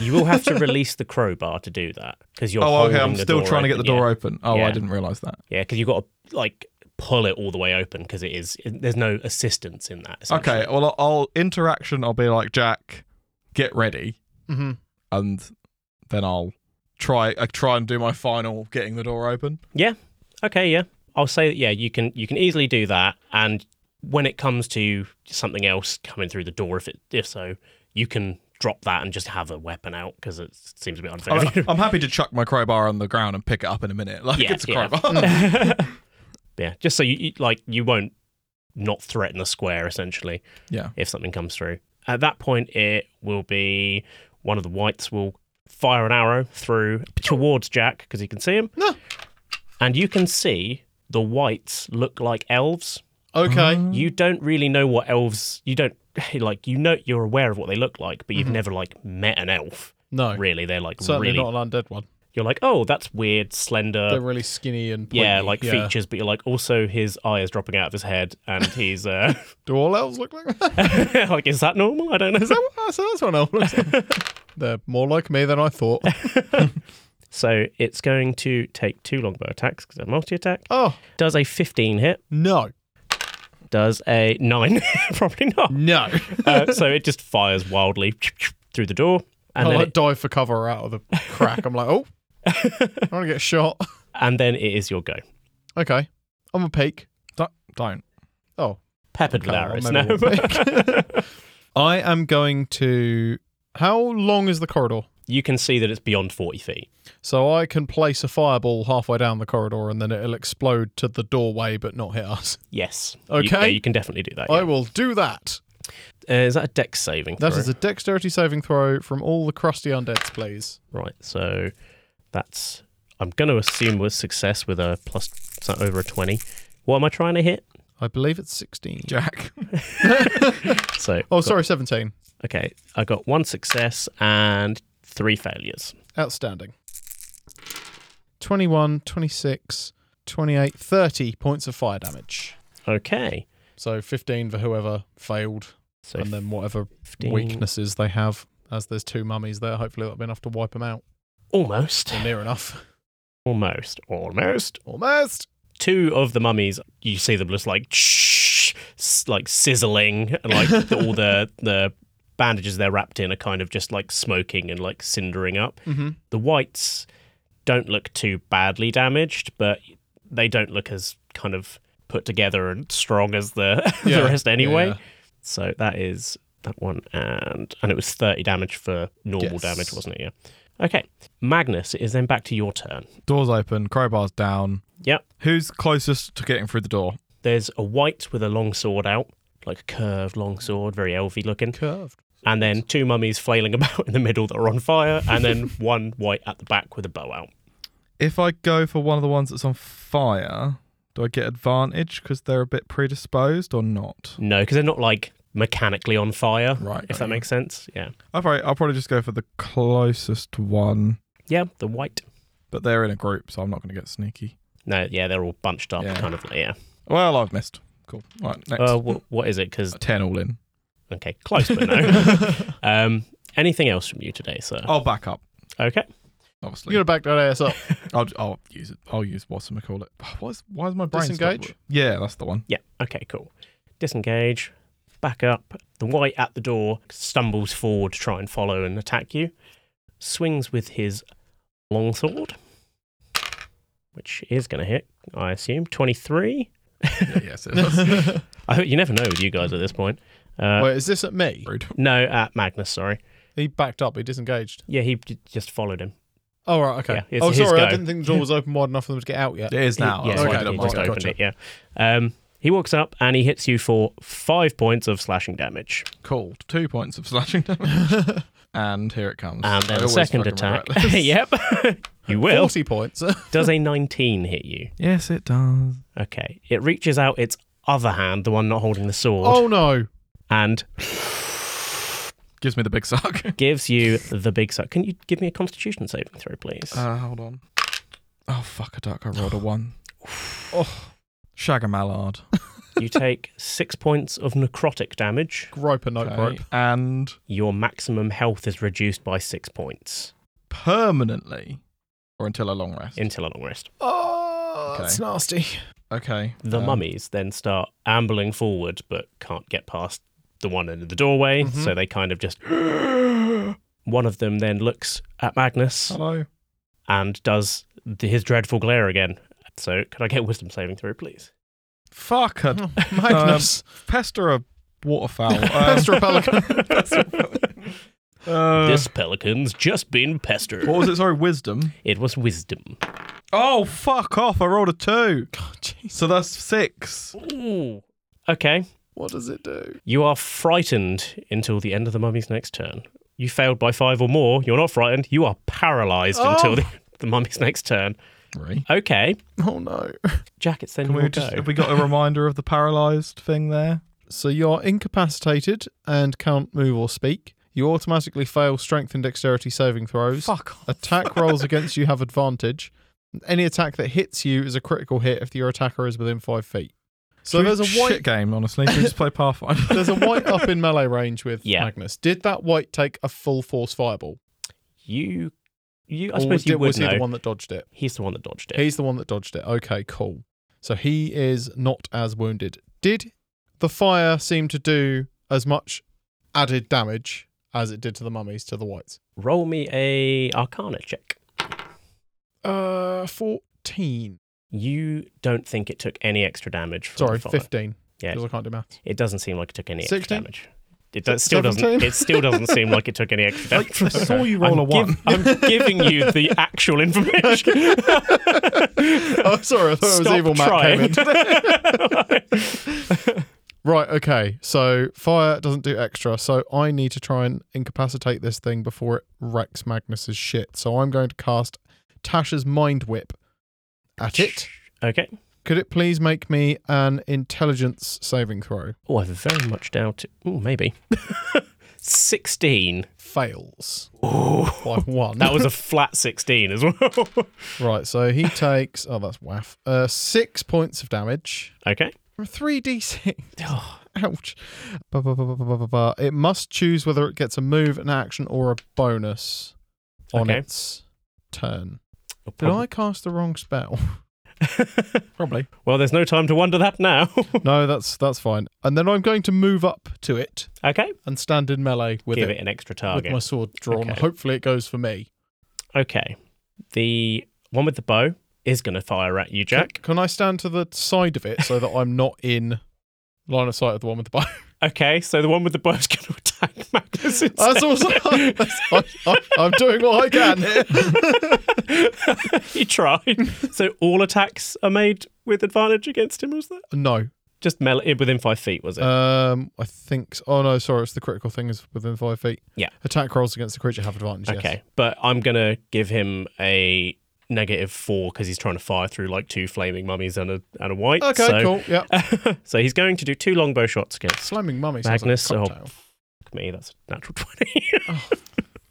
You will have to release the crowbar to do that because you're. *laughs* oh, okay. holding I'm the still door trying to get the open, door open. Oh, Yeah. I didn't realize that. Yeah, because you've got to like pull it all the way open because it is. There's no assistance in that. Okay. essentially. Well, I'll, I'll interaction. I'll be like Jack, get ready. Mm-hmm. and then I'll try I try and do my final getting the door open. Yeah. Okay. Yeah. I'll say that. Yeah, you can. You can easily do that. And when it comes to something else coming through the door, if it if so, you can drop that and just have a weapon out because it seems a bit unfair. I am happy to chuck my crowbar on the ground and pick it up in a minute. *laughs* Like Yeah, it's a yeah. crowbar. *laughs* *laughs* *laughs* yeah. Just so you you- like you won't not threaten the square essentially. yeah. if something comes through. At that point, it will be one of the whites will fire an arrow through towards Jack because you can see him. No. And you can see the whites look like elves. Okay. You don't really know what elves. You don't *laughs* like. You know you're aware of what they look like, but you've never like met an elf. no. Really, they're like Mm-hmm. Certainly really. not an undead one. You're like, oh, that's weird, slender. They're really skinny and pointy. yeah, like features, but you're like, also his eye is dropping out of his head, and he's *laughs* uh, *laughs* Do all elves look like that? like, is that normal? I don't know. Is that what, so that's what an elf looks like. *laughs* They're more like me than I thought. So it's going to take two longbow attacks because they're multi attack. Oh Does a 15 hit? no, Does a 9? *laughs* Probably not. *laughs* no! Uh, so it just fires wildly *laughs* through the door. Oh, I And then, like it, dive for cover out of the *laughs* crack. I'm like, oh, I want to get shot. and then it is your go. Okay, I'm a peak. Don't. don't. *laughs* Oh, Peppered Okay, well, Valaris. maybe we'll No. *laughs* I am going to. How long is the corridor? you can see that it's beyond 40 feet. So I can place a fireball halfway down the corridor and then it'll explode to the doorway but not hit us. Yes. You, Okay. yeah, you can definitely do that. *laughs* I Yeah. will do that. Uh, is that a deck saving? That throw? is a dexterity saving throw from all the crusty undeads, please. Right. So that's. I'm going to assume was success with a plus so over a 20. What am I trying to hit? I believe it's 16. Jack. So Oh, sorry, 17. okay, I got one success and three failures. Outstanding. 21, 26, 28, 30 points of fire damage. Okay. So 15 for whoever failed, So and then whatever 15. weaknesses they have. As there's two mummies there, hopefully that'll be enough to wipe them out. Almost. Or near enough. *laughs* Almost. Almost. Almost! Two of the mummies, you see them just like, shh, s- like sizzling, and like all *laughs* the the bandages they're wrapped in are kind of just like smoking and like cindering up. Mm-hmm. The whites don't look too badly damaged, but they don't look as kind of put together and strong as *laughs* the *laughs* Yeah, the rest anyway. yeah. So that is that one, and and it was thirty damage for normal Yes. damage, wasn't it? Yeah. Okay, Magnus it is then back to your turn. *laughs* Doors open. Crowbar's down. Yep. Who's closest to getting through the door? There's a white with a long sword out, like a curved long sword, very elfy looking, Curved. and then two mummies flailing *laughs* about in the middle that are on fire, and *laughs* then one white at the back with a bow out. If I go for one of the ones that's on fire, do I get advantage because they're a bit predisposed or not? No, because they're not like mechanically on fire. Right. If that makes sense, yeah. I'll probably, I'll probably just go for the closest one, Yeah, the white. but they're in a group, so I'm not going to get sneaky. No, yeah, they're all bunched up, Yeah. kind of. Yeah. Well, I've missed. Cool. All right, next. Uh, wh- what is it? Because 10 all in. okay, close but *laughs* *laughs* no. um, anything else from you today, sir? I'll back up, Okay. obviously. You're going to back that ass *laughs* up. *laughs* I'll, I'll use it. I'll use Watson McCall it. *sighs* What is, why is my brain stuck? Disengage? Yeah, that's *laughs* the one. Yeah. Okay. Cool. Disengage. Back up. The white at the door stumbles forward to try and follow and attack you. Swings with his longsword, which is going to hit. I assume twenty-three. yes, *laughs* Uh, I hope you never know with you guys at this point. Uh, Wait, is this at me? rude. no, at Magnus. Sorry. He backed up. He disengaged. Yeah, he j- just followed him. Oh, right, okay. Yeah, it's oh, his sorry, I go. didn't think the door was open wide enough for them to get out yet. It is now. Yeah, that's why I okay, did it he okay, just myself. opened it. Yeah. Um, he walks up and he hits you for five points of slashing damage, Cool. Two points of slashing damage. *laughs* and here it comes. and then I the always second fucking attack. *laughs* regret this. *laughs* yep, you will. 40 points. Does a nineteen hit you? Yes, it does. Okay. It reaches out its other hand, the one not holding the sword, *laughs* oh, no. and Gives me the big *laughs* suck. gives you the big suck. Can you give me a Constitution saving throw, please? Uh, hold on. Oh, fuck a duck. *sighs* I rolled a one. oh, Shag a mallard. you take six points of necrotic damage. Grope and no grope. Okay. And Your maximum health is reduced by six points permanently, or until a long rest. until a long rest. Oh, Okay. that's *gasps* nasty. okay. The um, mummies then start ambling forward, but can't get past the one in the doorway. Mhm. So they kind of just. one of them then looks at Magnus Oh. Hello. and does th- his dreadful glare again. So could I get wisdom saving through, please? *laughs* Fuck a *laughs* Magnus. Um, pester a waterfowl. Um, Pester a pelican. *laughs* uh, this pelican's just been pestered. What was it? Sorry, wisdom. It was wisdom. Oh, fuck off. I rolled a two. God, jeez. So that's six. Ooh. Okay. What does it do? You are frightened until the end of the mummy's next turn. You failed by five or more. You're not frightened. You are paralyzed until Oh. the, the mummy's next turn. Really? Okay. *laughs* Oh, no. Jack, it's then Can your we just, go. have we got a reminder of the paralyzed thing there? So you're incapacitated and can't move or speak. You automatically fail strength and dexterity saving throws. Fuck off. Attack rolls against you have advantage. Any attack that hits you is a critical hit if your attacker is within five feet. So Should we- there's a white Shit game, honestly. Should we just play Pathfinder? *laughs* there's a white up in melee range with Yeah. Magnus. Did that white take a full force fireball? You, you. I Or suppose did, you would was he know. the one that dodged it? He's the one that dodged it. He's the one that dodged it. Okay, cool. So he is not as wounded. Did the fire seem to do as much added damage as it did to the mummies to the whites? Roll me a Arcana check. Uh, 14. You don't think it took any extra damage from Sorry, the fire. 15. Yeah. Because I can't do maths. It doesn't seem like it took any extra 16? damage. It does, still doesn't. 17? It still doesn't seem like it took any extra damage. I saw you roll I'm a one. giv- I'm giving you the actual information. *laughs* *laughs* Oh, sorry. I thought it was Stop evil Matt came in. *laughs* Right, okay. So fire doesn't do extra, so I need to try and incapacitate this thing before it wrecks Magnus's shit. So I'm going to cast Tasha's Mind Whip at it. okay. Could it please make me an intelligence saving throw? Oh, I very much doubt it. Ooh, maybe. *laughs* 16. Fails Oh, *laughs* by one. that was a flat 16 as well. *laughs* *laughs* right, so he takes oh that's waff. Uh six points of damage. okay. Three D six. *laughs* Ouch. Ba, ba, ba, ba, ba, ba, ba. It must choose whether it gets a move, an action, or a bonus on Okay. its turn. Did I cast the *laughs* wrong spell? *laughs* Probably. Well, there's no time to wonder that now. *laughs* no, that's that's fine. And then I'm going to move up to it okay. and stand in melee with Give it, it an extra with target. my sword drawn. Okay. Hopefully, it goes for me. Okay. The one with the bow is going to fire at you, Jack. Can I stand to the side of it so that I'm not in line of sight of the one with *laughs* the *laughs* bow? Okay, so the one with the bow is *laughs* going to attack Magnus. instead. That's also. *laughs* I, *laughs* I, I'm doing what I can here. he tried. So all attacks are made with advantage against him, was that? No, Just melee within five feet, was it? Um, I think. So. Oh no, sorry. It's the critical thing is within five feet. Yeah. Attack rolls against the creature have advantage. yes. okay, but I'm going to give him a negative four because he's trying to fire through like two flaming mummies and a and a white. Okay. so, Cool. Yeah. *laughs* so he's going to do two longbow shots against Slamming mummy. sounds like a Magnus, oh, cocktail. me. That's a natural *laughs* twenty.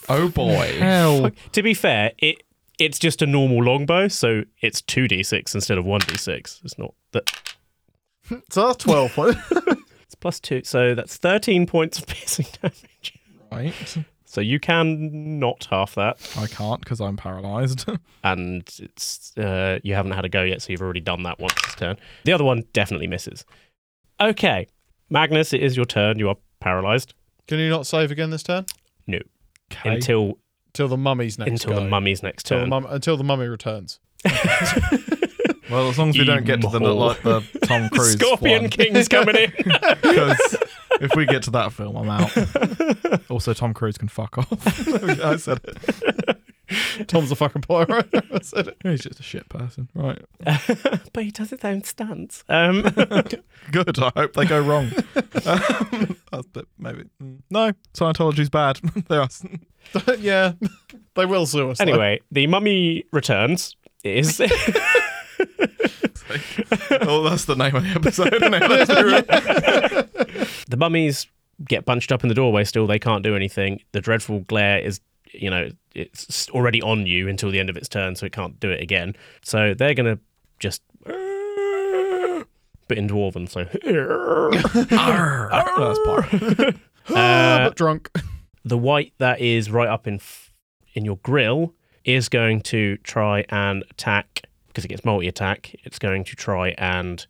Oh boy. Hell. to be fair, it it's just a normal longbow, so it's two d six instead of one d six. It's not that *laughs* So that's twelve. it's plus two, so that's thirteen points of *laughs* piercing damage. Right. So you can not half that, I can't because *laughs* I'm paralyzed. and it's uh, you haven't had a go yet, so you've already done that once this turn. The other one definitely misses. Okay, Magnus, it is your turn. You are paralyzed *laughs* Can you not save again this turn? until Till the mummy's next. until the go. mummy's next Till the turn. mum. Until the mummy returns. *laughs* well, as long as we don't get to the Emo. like the *laughs* Tom Cruise Scorpion one, King's coming in. because if we get to that film, *laughs* I'm out. Also, Tom Cruise can fuck off. *laughs* I said it. Tom's a fucking pyro. *laughs* I said it. He's just a shit person. Right. but he does his own stunts. Um, *laughs* Good. I hope they go *laughs* wrong. um, that's- but maybe mm. no. Scientology's bad. *laughs* they are. yeah. *laughs* They will sue us. though. anyway, *laughs* the mummy returns. It Is Oh, that's the name of the episode. isn't it? Let's be real. the mummies get bunched up in the doorway? Still, they can't do anything. The dreadful glare is, you know, it's already on you until the end of its turn, so it can't do it again. So they're gonna just. *laughs* But in dwarven, so *laughs* Arr. That's *laughs* part. uh, Ah, but drunk. *laughs* the white that is right up in f- in your grill is going to try and attack because it gets multi attack. It's going to try and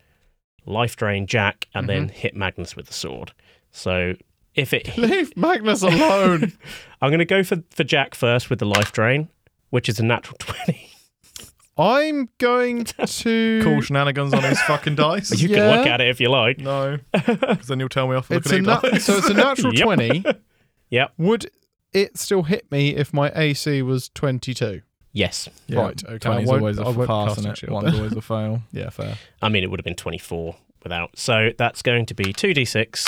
life drain Jack and then hit Magnus with the sword. So if it, Leave *laughs* Magnus alone. I'm going to go for for Jack first with the life drain, which is a natural *laughs* twenty. I'm *laughs* *laughs* going to. Cool shenanigans on his fucking *laughs* dice. You Yeah. can look at it if you like. No, because then you'll tell me off for It's looking a at na- dice. *laughs* so it's a *laughs* natural Yep. twenty. Yep. Would it still hit me if my AC was 22? Yes. Right, okay, I Twenty's won't- always a I won't pass, cast and a it shield one's then. *laughs* always a fail. Yeah, fair. I mean it would have been twenty four without. So that's going to be two d six.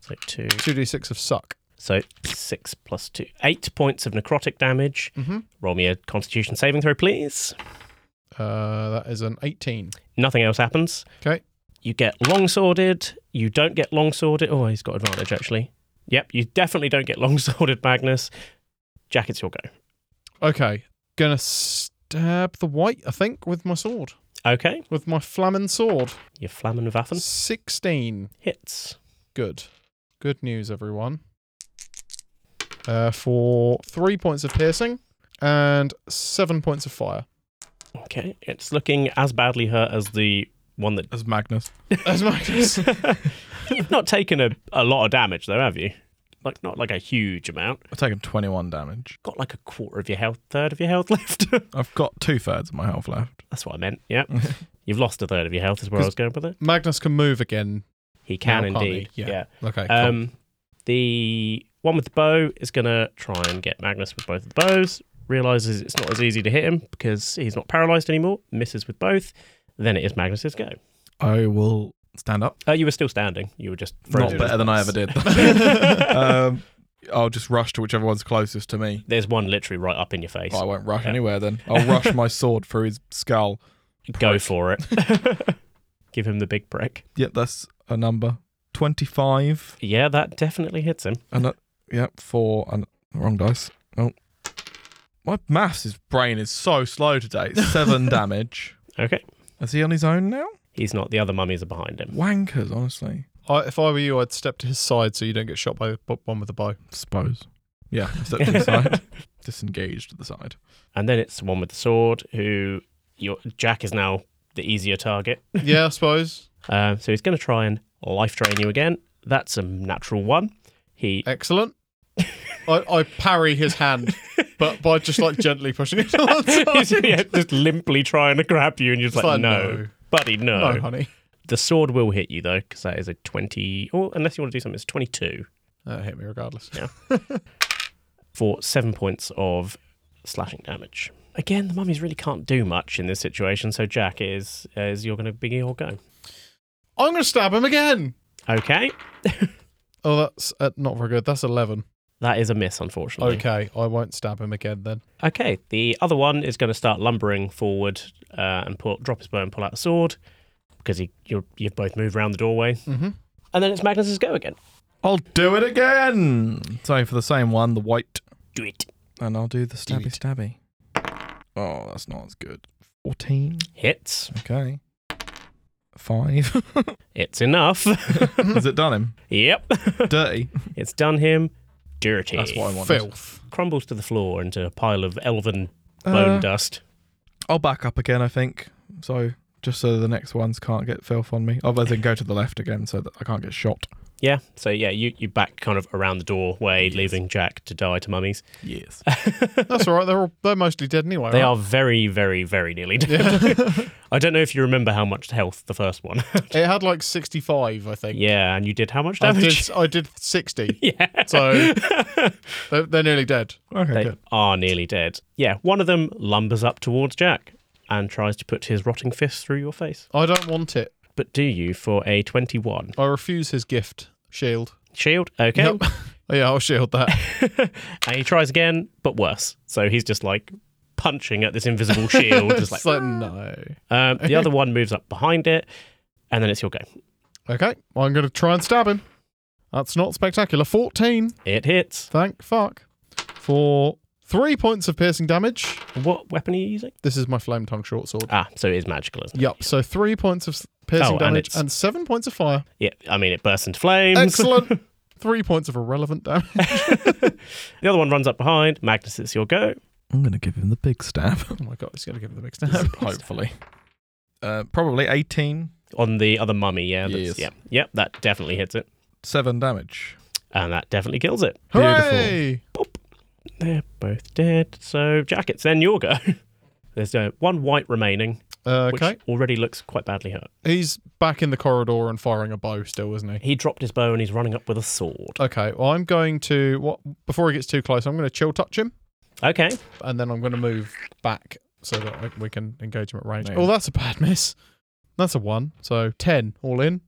So two. 2d6 of suck. So six plus two, eight points of necrotic damage. Mm-hmm. Roll me a Constitution saving throw, please. Uh, that is an 18. Nothing else happens. Okay. You get longsworded. You don't get longsworded. Oh, he's got advantage actually. Yep, you definitely don't get longsworded, Magnus. Jack, it's your go. Okay. Gonna stab the white, I think, with my sword. Okay, With my flammen sword. your Flammen Waffen 16. hits. Good. Good news, everyone. Uh, for three points of piercing and seven points of fire. Okay, it's looking as badly hurt as the one that. As Magnus, *laughs* As Magnus. *laughs* You've not taken a, a lot of damage though, have you? like not like a huge amount. I've taken 21 damage. Got like a quarter of your health, third of your health *laughs* left. I've got two thirds of my health left. That's what I meant. Yeah, *laughs* you've lost a third of your health. Is where I was going with it. Magnus can move again. He can Now can't he? indeed. Yeah. yeah. Okay. cool. Um, the one with the bow is gonna try and get Magnus with both of the bows. Realizes it's not as easy to hit him because he's not paralyzed anymore. Misses with both. Then it is Magnus's go. I will stand up. Uh, you were still standing. You were just Not frozen. better than I ever *laughs* *laughs* did. um, I'll just rush to whichever one's closest to me. There's one literally right up in your face. Oh, I won't rush Yeah. anywhere then. I'll rush my sword through his skull. Go prick. for it. *laughs* Give him the big prick. Yep, that's a number. 25. Yeah, that definitely hits him. And uh, yeah, four and wrong dice. Oh, my maths his brain is so slow today. It's Seven damage. Okay. Is he on his own now? He's not. The other mummies are behind him. Wankers, honestly. I, if I were you, I'd step to his side so you don't get shot by the b- one with the bow. Suppose. Yeah, I stepped *laughs* to the side. Disengaged to the side. And then it's the one with the sword who your Jack is now the easier target. Yeah, I suppose. Uh, so he's going to try and life drain you again. That's a natural one. *laughs* He Excellent. I, I parry his hand, but by just like gently pushing it. on the *laughs* he's side. yeah, just limply trying to grab you, and you're just It's like, like, no, no. buddy, no. No, honey. The sword will hit you though, because that is a twenty. Or unless you want to do something, it's twenty-two That Uh, hit me regardless. for seven points of slashing damage. Again, the mummies really can't do much in this situation. So Jack is is you're going to be your go. I'm gonna stab him again. Okay, Oh, that's uh, not very good. That's eleven. that is a miss, unfortunately. Okay, I won't stab him again then. Okay, the other one is going to start lumbering forward uh, and pull, drop his bow and pull out a sword because he, you're, you've both moved around the doorway. Mm-hmm. And then it's Magnus's go again. I'll do it again. So for the same one, the white, Do it. and I'll do the stabby it. stabby. Oh, that's not as good. Fourteen. Hits. Okay. *laughs* Five. It's enough. *laughs* Has it done *laughs* him? yep. Dirty. It's done him. Dirty. That's what I wanted. Filth. Crumbles to the floor into a pile of elven bone Uh-huh. Uh, dust. I'll back up again, I think. So just so the next ones can't get filth on me. Other than go to the left again so that I can't get shot. Yeah. So, yeah, you, you back kind of around the doorway, leaving Jack to die to mummies. *laughs* Yes. *laughs* That's all right. They're all, they're mostly dead anyway. They right? are very, very, very nearly dead. *laughs* *laughs* I don't know if you remember how much health the first one. It had like sixty-five, I think. yeah, and you did how *laughs* much I damage? did, I did 60. Yeah. *laughs* So they're, they're nearly dead. okay, They good. are nearly dead. Yeah, one of them lumbers up towards Jack and tries to put his rotting fist through your face. I don't want it. But do you for a 21? I refuse his gift. Shield. Shield? Okay. Yep. *laughs* yeah, I'll shield that. And he tries again, but worse. So he's just like punching at this invisible shield. just *laughs* like, "Ah." it's like, no. um, the other one moves up behind it, and then it's your go. Okay, I'm going to try and stab him. That's not spectacular. 14. It hits. Thank fuck. For three points of piercing damage. What weapon are you using? This is my flame tongue short sword. Ah, so it is magical, isn't it? Yup, so three points of s- Oh, piercing and damage it's- and seven points of fire. Yeah, I mean, it bursts into flames. *laughs* Excellent. three points of irrelevant damage. The other one runs up behind. Magnus, it's your go. I'm gonna give him the big stab. *laughs* Oh my god, he's going to give him the *laughs* mix now. Hopefully. Uh, probably 18. On the other mummy, yeah. That's, Yes. yeah. Yep, that definitely hits it. Seven damage. And that definitely kills it. Hooray! They're both dead. So, Jack, it's then your go. *laughs* There's uh, one white remaining, which Uh, okay. already looks quite badly hurt. He's back in the corridor and firing a bow still, isn't he? He dropped his bow and he's running up with a sword. Okay, well, I'm going to. What, before he gets too close, I'm going to chill touch him Okay. and then I'm going to move back so that I, we can engage him at range. Yeah. Oh, that's a bad miss. That's a one. So 10 all in.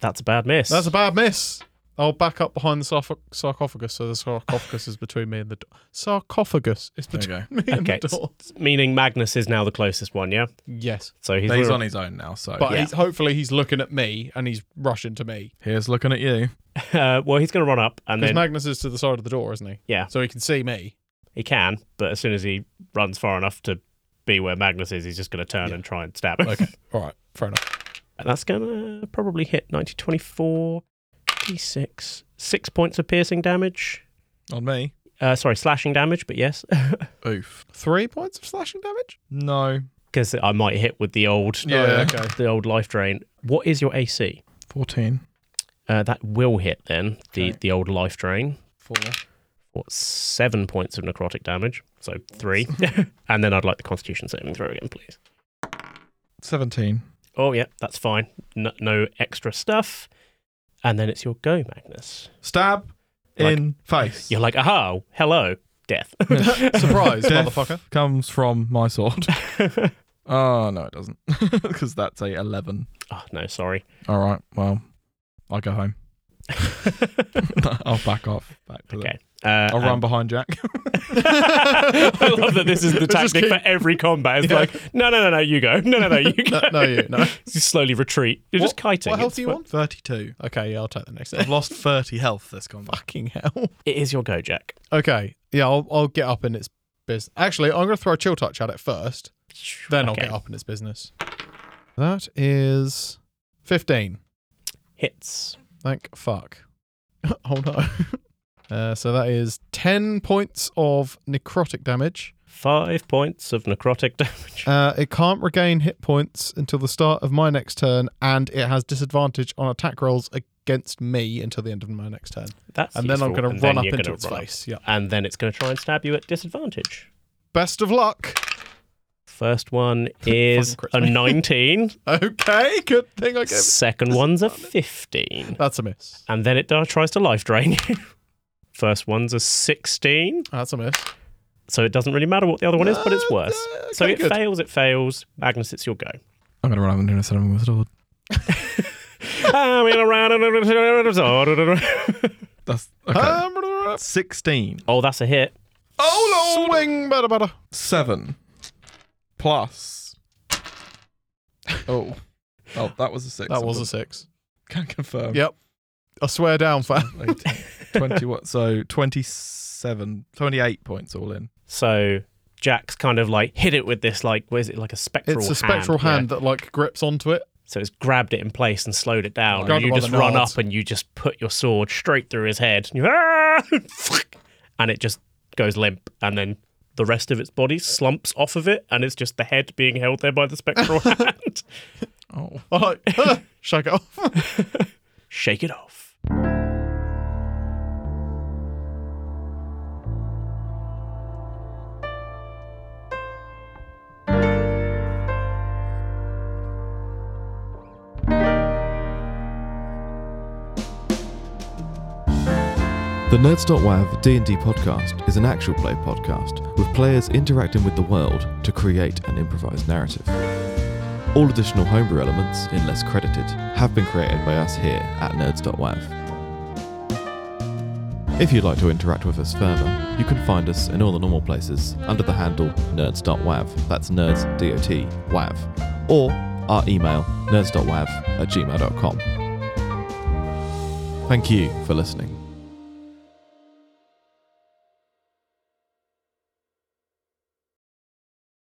That's a bad miss. That's a bad miss. I'll back up behind the sarco- sarcophagus so the sarcophagus is between me and the door. Sarcophagus is There you between go. me and Okay, the door. Meaning Magnus is now the closest one, yeah? Yes. So he's, But he's literally- on his own now, so But Yeah. he's, hopefully he's looking at me and he's rushing to me. here's looking at you. *laughs* uh, well, he's going to run up and Because then Magnus is to the side of the door, isn't he? Yeah. So he can see me. he can, but as soon as he runs far enough to be where Magnus is, he's just going to turn Yeah. and try and stab him. Okay. All right. Fair enough. *laughs* And that's going to probably hit 90, 24, 26, six points of piercing damage. On me. Uh, sorry, slashing damage, but yes. *laughs* Oof. Three points of slashing damage? No. because I might hit with the old Yeah. Oh, okay. the old life drain. What is your AC? 14. Uh, that will hit then the Okay. the old life drain. Four. for seven points of necrotic damage, so three. *laughs* and then I'd like the Constitution saving throw again, please. 17. Oh yeah, that's fine. No, no extra stuff. And then it's your go, Magnus. Stab Like- in face. You're like, aha, hello, death. *laughs* *laughs* Surprise, Death motherfucker. comes from my sword. *laughs* oh, no, it doesn't. *laughs* Because that's a 11. oh no, sorry. *laughs* All right, well, I'll go home. *laughs* I'll back off. Back to the- okay. Uh, I'll run and- behind Jack. *laughs* I love that this is the Just tactic keep- for every combat. It's Yeah. like, no, no, no, no, you go. No, no, no, you go. *laughs* No, *laughs* no, you. No. You slowly retreat. You're just kiting. What health It's do you fine. want? 32. Okay, yeah, I'll take the next. I've lost 30 health this combat. Fucking hell. It is your go, Jack. Okay, yeah, I'll, I'll get up in its business. Actually, I'm going to throw a chill touch at it first, then Okay. I'll get up in its business. That is 15. Hits. Thank fuck. *laughs* oh no. *laughs* Uh, so that is 10 points of necrotic damage. Five points of necrotic damage. Uh, it can't regain hit points until the start of my next turn, and it has disadvantage on attack rolls against me until the end of my next turn. That's *laughs* and then I'm useful, going and to run then up you're into gonna its run up. face. Yeah. And then it's going to try and stab you at disadvantage. Best of luck. *laughs* First one is Fucking a crits me. *laughs* 19. Okay, good thing I gave. Second one's a 15. That's a miss. And then it uh, tries to life drain *laughs* you. First one's a 16. That's a miss. So it doesn't really matter what the other one is, but it's Uh, worse. uh, okay, so it good. fails, it fails. Magnus, it's your go. *laughs* I'm going to run up and do a seven with a sword. I'm in a round and- That's okay. Um, 16. oh, that's a hit. Oh no! Swing, better, better. 7 plus. Oh. Oh, that was a 6. That was a six. Can confirm. Yep. I swear down, fam. 18, 20 what? So 27, 28 points all in. So Jack's kind of like hit it with this, like, what is it, like a spectral It's a spectral yeah. hand, that like grips onto it. *laughs* So it's grabbed it in place and slowed it down. and Grabbed you it by just the run nods. up and you just put your sword straight through his head. *laughs* And, you, "Ah!" and it just goes limp. And then the rest of its body slumps off of it. And it's just the head being held there by the spectral *laughs* hand. Oh. I *laughs* like shake it off. Shake it off. The Nerds.wav D&D podcast is an actual play podcast with players interacting with the world to create an improvised narrative. All additional homebrew elements, unless credited, have been created by us here at Nerds.wav. If you'd like to interact with us further, you can find us in all the normal places under the handle nerds.wav, that's nerds, D-O-T, wav, or our email nerds.wav at gmail.com. Thank you for listening.